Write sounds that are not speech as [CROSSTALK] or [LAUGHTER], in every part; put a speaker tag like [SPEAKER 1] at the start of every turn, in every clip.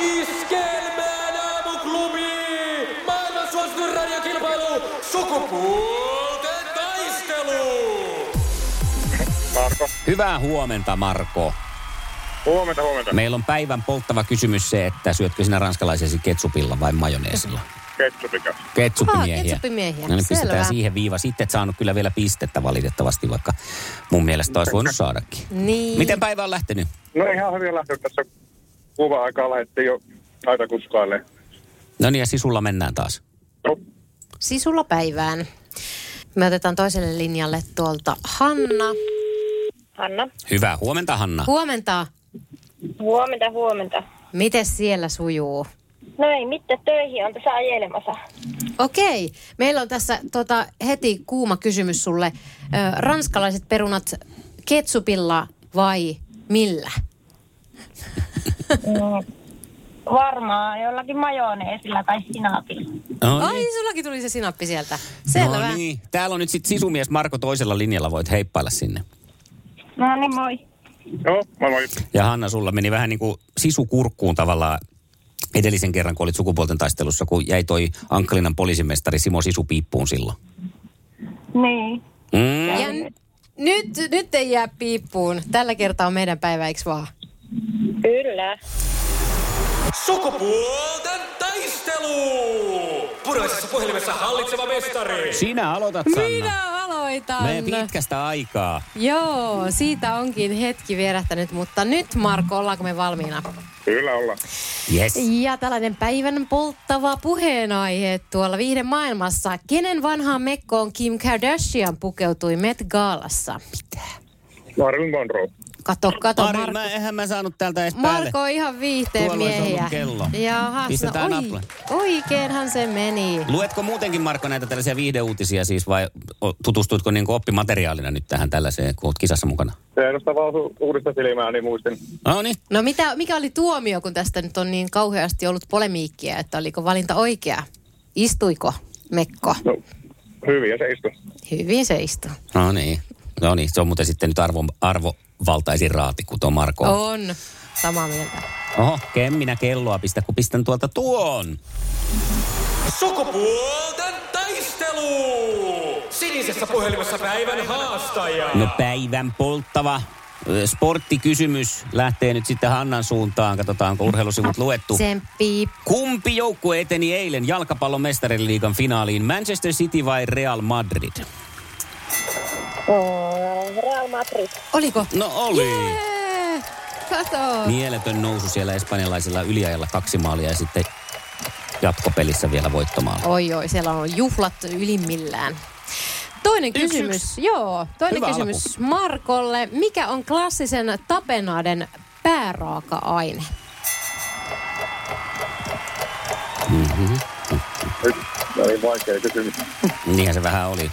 [SPEAKER 1] Iskelmään aamuklubi! Maailman suosituin radiokilpailu! Sukupuolten taistelu!
[SPEAKER 2] Hyvää huomenta, Marko.
[SPEAKER 3] Huomenta, huomenta.
[SPEAKER 2] Meillä on päivän polttava kysymys se, että syötkö sinä ranskalaisesi ketsupilla vai majoneesilla?
[SPEAKER 3] Ketsupikas.
[SPEAKER 2] Ketsuppimiehiä.
[SPEAKER 4] Aa, ketsuppimiehiä.
[SPEAKER 2] No niin,
[SPEAKER 4] Selvä.
[SPEAKER 2] pistetään siihen viiva. Sitten et saanut kyllä vielä pistettä valitettavasti, vaikka mun mielestä olisi voinut saadakin.
[SPEAKER 4] Niin.
[SPEAKER 2] Miten päivä on lähtenyt?
[SPEAKER 3] No ihan hyvin lähtenyt tässä kuva-aikaa lähdettiin jo aita kuskaille.
[SPEAKER 2] No niin, ja sisulla mennään taas.
[SPEAKER 3] No,
[SPEAKER 4] Sisulla päivään. Me otetaan toiselle linjalle tuolta Hanna.
[SPEAKER 5] Hanna.
[SPEAKER 2] Hyvää huomenta, Hanna.
[SPEAKER 4] Huomenta.
[SPEAKER 5] Huomenta, huomenta.
[SPEAKER 4] Miten siellä sujuu?
[SPEAKER 5] No ei mitään, töihin on tässä ajelemassa.
[SPEAKER 4] Okei, meillä on tässä tota, heti kuuma kysymys sulle. Ö, ranskalaiset perunat ketsupilla vai millä?
[SPEAKER 5] Varmaan jollakin majoneesilla tai sinaapilla.
[SPEAKER 2] No
[SPEAKER 4] Ai,
[SPEAKER 2] niin.
[SPEAKER 4] sullakin tuli se sinappi sieltä. Selvä.
[SPEAKER 2] No niin. Täällä on nyt sitten sisumies Marko toisella linjalla. Voit heippailla sinne.
[SPEAKER 5] No niin, moi.
[SPEAKER 3] no mä voin.
[SPEAKER 2] Ja Hanna, sulla meni vähän niin kuin sisukurkkuun tavallaan edellisen kerran, kun olit sukupuolten taistelussa, kun jäi toi Ankkalinan poliisimestari Simo Sisu piippuun silloin.
[SPEAKER 5] Niin.
[SPEAKER 2] Mm.
[SPEAKER 4] Ja n- nyt, nyt ei jää piippuun. Tällä kertaa on meidän päivä, eikö vaan?
[SPEAKER 5] Kyllä.
[SPEAKER 1] Sukupuolten taistelu! Punaisessa puhelimessa hallitseva mestari!
[SPEAKER 2] Sinä aloitat, Sanna.
[SPEAKER 4] Minä aloitan.
[SPEAKER 2] Me pitkästä aikaa.
[SPEAKER 4] Joo, siitä onkin hetki vierähtänyt, mutta nyt Marko, ollaanko me valmiina?
[SPEAKER 3] Kyllä ollaan.
[SPEAKER 2] Yes.
[SPEAKER 4] Ja tällainen päivän polttava puheenaihe tuolla viihden maailmassa. Kenen vanhaan mekkoon Kim Kardashian pukeutui Met Gaalassa?
[SPEAKER 3] Marilyn Monroe.
[SPEAKER 4] Kato, kato,
[SPEAKER 2] Mari,
[SPEAKER 4] Marko.
[SPEAKER 2] mä, eihän mä saanut täältä edes päälle.
[SPEAKER 4] Marko on ihan viihteen
[SPEAKER 2] Tuolla olisi ollut
[SPEAKER 4] miehiä.
[SPEAKER 2] kello.
[SPEAKER 4] Jaha,
[SPEAKER 2] Pistetään
[SPEAKER 4] no,
[SPEAKER 2] nappula.
[SPEAKER 4] oi, oikeinhan se meni.
[SPEAKER 2] Luetko muutenkin, Marko, näitä tällaisia viihdeuutisia siis vai o, tutustuitko niin kuin oppimateriaalina nyt tähän tällaiseen, kun olet kisassa mukana?
[SPEAKER 3] Se edustaa vaan su- uudesta silmää, niin muistin.
[SPEAKER 2] No niin.
[SPEAKER 4] No mitä, mikä oli tuomio, kun tästä nyt on niin kauheasti ollut polemiikkia, että oliko valinta oikea? Istuiko Mekko?
[SPEAKER 3] No, hyvin ja se istui.
[SPEAKER 4] Hyvin se istui.
[SPEAKER 2] No niin. No niin, se on muuten sitten nyt arvo, arvovaltaisin raati, kun tuo Marko on.
[SPEAKER 4] On. Samaa mieltä.
[SPEAKER 2] Oho, kemminä kelloa pistä, kun pistän tuolta tuon.
[SPEAKER 1] Sukupuolten taistelu! Sinisessä puhelimessa päivän haastaja!
[SPEAKER 2] No päivän polttava ö, sporttikysymys lähtee nyt sitten Hannan suuntaan. Katsotaan, onko urheilusivut luettu.
[SPEAKER 4] Tsemppi.
[SPEAKER 2] Kumpi joukkue eteni eilen jalkapallon mestariliigan finaaliin? Manchester City vai Real Madrid?
[SPEAKER 5] Oh, Real Madrid.
[SPEAKER 4] Oliko?
[SPEAKER 2] No oli. Niin.
[SPEAKER 4] Jee! Kato.
[SPEAKER 2] Mieletön nousu siellä espanjalaisilla yliajalla kaksi maalia ja sitten jatkopelissä vielä voittomaan.
[SPEAKER 4] Oi oi, siellä on juhlat ylimmillään. Toinen
[SPEAKER 2] Yksi,
[SPEAKER 4] kysymys. Joo, toinen
[SPEAKER 2] Hyvä
[SPEAKER 4] kysymys Markolle. Mikä on klassisen tapenaden pääraaka-aine?
[SPEAKER 3] Nyt oli vaikea kysymys.
[SPEAKER 2] Niinhän se vähän oli.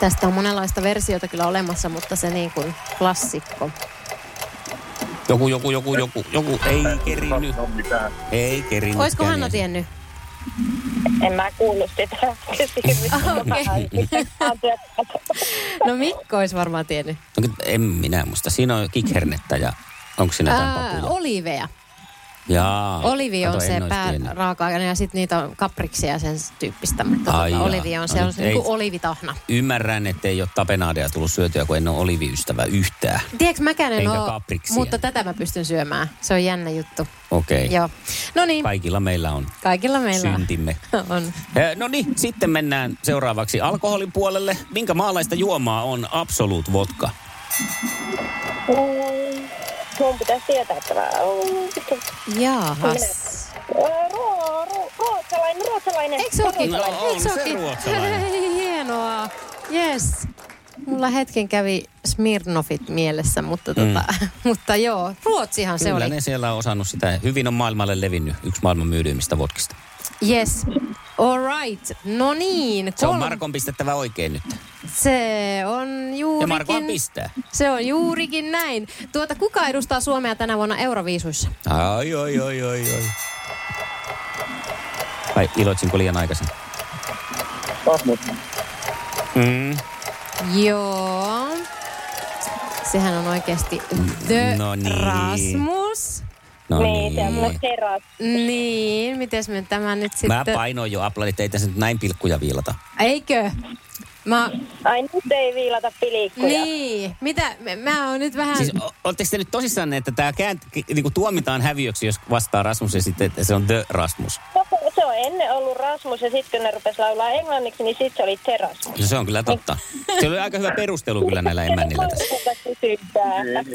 [SPEAKER 4] Tästä on monenlaista versiota kyllä olemassa, mutta se niin kuin klassikko.
[SPEAKER 2] Joku, joku, joku, joku, joku ei kerinnyt.
[SPEAKER 3] No mitään.
[SPEAKER 2] Ei kerinnyt.
[SPEAKER 4] Olisiko Hanna tiennyt?
[SPEAKER 5] En mä kuullut sitä kysymystä.
[SPEAKER 4] Okei. No Mikko olisi varmaan tiennyt.
[SPEAKER 2] No, kyllä en minä muista. Siinä on kikhernettä ja onko siinä jotain
[SPEAKER 4] Ää,
[SPEAKER 2] papuja?
[SPEAKER 4] oliveja.
[SPEAKER 2] Jaa.
[SPEAKER 4] Olivi on
[SPEAKER 2] Kato, en
[SPEAKER 4] se
[SPEAKER 2] olisi tiennyt.
[SPEAKER 4] pääraaka-aine ja sitten niitä on kapriksia ja sen tyyppistä. Mutta
[SPEAKER 2] Ai
[SPEAKER 4] tota,
[SPEAKER 2] jaa.
[SPEAKER 4] olivi on se,
[SPEAKER 2] No
[SPEAKER 4] on se
[SPEAKER 2] nyt
[SPEAKER 4] niinku
[SPEAKER 2] ei-
[SPEAKER 4] olivitahna.
[SPEAKER 2] Ymmärrän, ettei ole tapenaadeja tullut syötyä, kun en ole oliviystävä yhtään.
[SPEAKER 4] Tiedätkö, mäkään en
[SPEAKER 2] Eikä
[SPEAKER 4] oo,
[SPEAKER 2] kapriksia.
[SPEAKER 4] mutta tätä mä pystyn syömään. Se on jännä juttu.
[SPEAKER 2] Okei.
[SPEAKER 4] Joo. No niin,
[SPEAKER 2] Kaikilla meillä on
[SPEAKER 4] kaikilla meillä on.
[SPEAKER 2] syntimme.
[SPEAKER 4] [LAUGHS] on.
[SPEAKER 2] Eh, No niin, sitten mennään seuraavaksi alkoholin puolelle. Minkä maalaista juomaa on Absolut Vodka?
[SPEAKER 5] Mun pitäisi tietää tämä.
[SPEAKER 4] Jaahas.
[SPEAKER 5] Ruo, ruo, ruotsalainen, ruotsalainen.
[SPEAKER 4] Eikö se ookin?
[SPEAKER 2] No on
[SPEAKER 4] Eikö
[SPEAKER 2] se
[SPEAKER 4] ookin?
[SPEAKER 2] ruotsalainen.
[SPEAKER 4] [LAUGHS] Hei, hienoa. Yes. Mulla hetken kävi Smirnofit mielessä, mutta, tota, [LAUGHS] mutta joo, Ruotsihan se
[SPEAKER 2] Mm. Kyllä
[SPEAKER 4] oli.
[SPEAKER 2] ne siellä on osannut sitä. Hyvin on maailmalle levinnyt yksi maailman myydyimmistä vodkista.
[SPEAKER 4] Yes. All right. No niin.
[SPEAKER 2] Se on
[SPEAKER 4] kolm-
[SPEAKER 2] Markon pistettävä oikein nyt.
[SPEAKER 4] Se on
[SPEAKER 2] Ja
[SPEAKER 4] juurikin...
[SPEAKER 2] Markohan pistää.
[SPEAKER 4] Se on juurikin näin. Tuota, kuka edustaa Suomea tänä vuonna Euroviisuissa?
[SPEAKER 2] Ai, oi, oi, oi, oi. Vai iloitsinko liian aikaisin?
[SPEAKER 3] Mahmut.
[SPEAKER 2] Mm.
[SPEAKER 4] Joo. Sehän on oikeasti The
[SPEAKER 2] No niin.
[SPEAKER 4] Rasmus.
[SPEAKER 2] No
[SPEAKER 5] Niin, se on mun
[SPEAKER 2] niin.
[SPEAKER 5] teras.
[SPEAKER 4] Niin, miten me tämä nyt
[SPEAKER 2] Mä
[SPEAKER 4] sitten...
[SPEAKER 2] painoin jo aplodit, ei tässä nyt näin pilkkuja viilata.
[SPEAKER 4] Eikö? Mä...
[SPEAKER 5] Ai nyt ei viilata pilikkuja.
[SPEAKER 4] Niin, mitä? mä- Mä oon nyt vähän...
[SPEAKER 2] Siis o- ootteko te nyt tosissanne, että tämä käänt, niinku tuomitaan häviöksi, jos vastaa Rasmus ja sitten että se on The Rasmus?
[SPEAKER 5] No, kun se on ennen ollut Rasmus ja sitten kun ne rupesi laulaa englanniksi, niin sitten se oli teras.
[SPEAKER 2] No se on kyllä totta.
[SPEAKER 5] Niin.
[SPEAKER 2] Se oli aika hyvä perustelu kyllä näillä emännillä tässä.
[SPEAKER 5] tässä.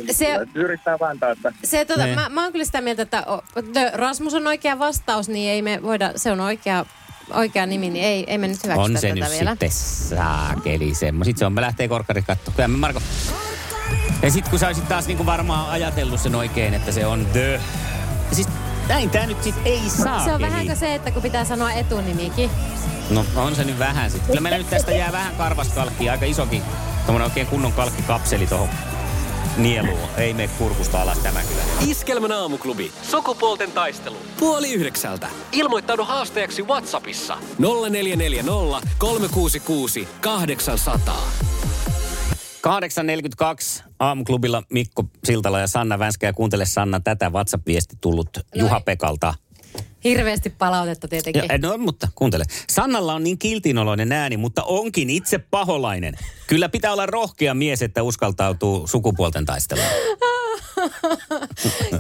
[SPEAKER 4] Se-
[SPEAKER 3] Se... Yrittää vääntää, että
[SPEAKER 4] Se, tota,
[SPEAKER 2] Niin.
[SPEAKER 4] mä, mä oon kyllä sitä mieltä, että o, the Rasmus on oikea vastaus, niin ei me voida, se on oikea, oikea nimi, niin ei, ei me nyt hyväksytä
[SPEAKER 2] On se
[SPEAKER 4] tätä
[SPEAKER 2] nyt
[SPEAKER 4] vielä.
[SPEAKER 2] sitten saakeli semmo. Sitten se on, me lähtee korkkari katto. Kyllä me Marko. Ja sitten kun sä olisit taas niinku varmaan ajatellut sen oikein, että se on The. Ja Siis näin tää nyt sit ei saa.
[SPEAKER 4] Se on vähän kuin se, että kun pitää sanoa etunimikin.
[SPEAKER 2] No on se nyt vähän sitten. Kyllä meillä nyt tästä jää vähän karvaskalkkia, aika isokin. Tuommoinen oikein kunnon kalkkikapseli tuohon nieluun. Ei mene kurkusta alas tämä kyllä.
[SPEAKER 1] Iskelmän aamuklubi. Sukupuolten taistelu. Puoli yhdeksältä. Ilmoittaudu haasteeksi Whatsappissa. 0440 366 800.
[SPEAKER 2] 8.42 aamuklubilla Mikko Siltala ja Sanna Vänskä. Ja kuuntele Sanna tätä WhatsApp-viesti tullut Juha-Pekalta.
[SPEAKER 4] Hirveästi palautetta tietenkin.
[SPEAKER 2] Ja, no, mutta kuuntele. Sannalla on niin kiltinoloinen ääni, mutta onkin itse paholainen. Kyllä pitää olla rohkea mies, että uskaltautuu sukupuolten taisteluun.
[SPEAKER 4] [LAUGHS]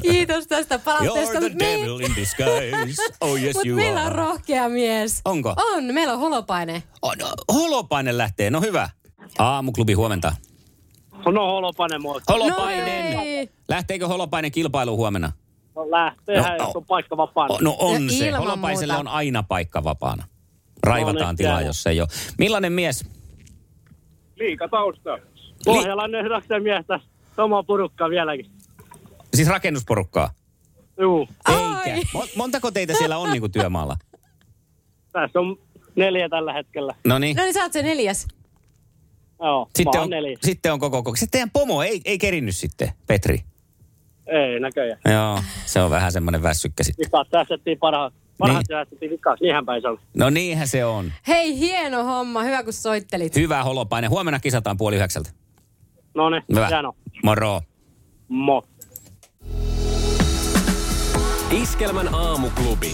[SPEAKER 4] Kiitos Ah, tästä palautteesta.
[SPEAKER 2] You're
[SPEAKER 4] mut
[SPEAKER 2] the devil in disguise.
[SPEAKER 4] [LAUGHS]
[SPEAKER 2] Oh yes
[SPEAKER 4] mut
[SPEAKER 2] you
[SPEAKER 4] meillä on
[SPEAKER 2] are.
[SPEAKER 4] rohkea mies.
[SPEAKER 2] Onko?
[SPEAKER 4] On, meillä on holopaine.
[SPEAKER 2] Oh, no, holopainen lähtee, no hyvä. Aamuklubi, huomenta.
[SPEAKER 6] No holopainen muoto.
[SPEAKER 2] Holopainen.
[SPEAKER 4] No ei.
[SPEAKER 2] Lähteekö holopainen kilpailu huomenna?
[SPEAKER 6] No lähteehän,
[SPEAKER 2] No,
[SPEAKER 6] jos on paikka vapaana.
[SPEAKER 2] O- No on
[SPEAKER 4] No
[SPEAKER 2] se.
[SPEAKER 4] ilman
[SPEAKER 2] Holopaiselle on
[SPEAKER 4] muuta.
[SPEAKER 2] aina paikka vapaana. Raivataan
[SPEAKER 6] No nyt
[SPEAKER 2] tilaa,
[SPEAKER 6] käy.
[SPEAKER 2] jos ei ole. Millainen mies?
[SPEAKER 3] liika tausta.
[SPEAKER 6] Pohjalainen hyväkseen miestä. Sama porukka vieläkin.
[SPEAKER 2] Siis rakennusporukkaa.
[SPEAKER 6] Juu,
[SPEAKER 2] Eikä. Mon- Montako teitä siellä on niin kuin työmaalla?
[SPEAKER 6] tässä on neljä tällä hetkellä.
[SPEAKER 2] No niin.
[SPEAKER 4] No niin, sä oot se neljäs.
[SPEAKER 6] Joo,
[SPEAKER 2] Sitten
[SPEAKER 6] mä
[SPEAKER 2] on,
[SPEAKER 6] oon neljä.
[SPEAKER 2] sitten on koko koko. Sitten teidän pomo ei, ei kerinnyt sitten, Petri.
[SPEAKER 6] Ei näköjään.
[SPEAKER 2] Joo, se on vähän semmoinen väsykkä sitten.
[SPEAKER 6] Vikaat säästettiin parhaat. Parhaat
[SPEAKER 2] Niin.
[SPEAKER 6] säästettiin vikaat. Niinhän päin se on.
[SPEAKER 2] No niinhän se on.
[SPEAKER 4] Hei, hieno homma. Hyvä, kun soittelit.
[SPEAKER 2] Hyvä holopainen. Huomenna kisataan puoli yhdeksältä.
[SPEAKER 6] No niin,
[SPEAKER 2] Hyvä.
[SPEAKER 6] hieno.
[SPEAKER 2] Moro.
[SPEAKER 6] Mo.
[SPEAKER 1] Iskelmän aamuklubi.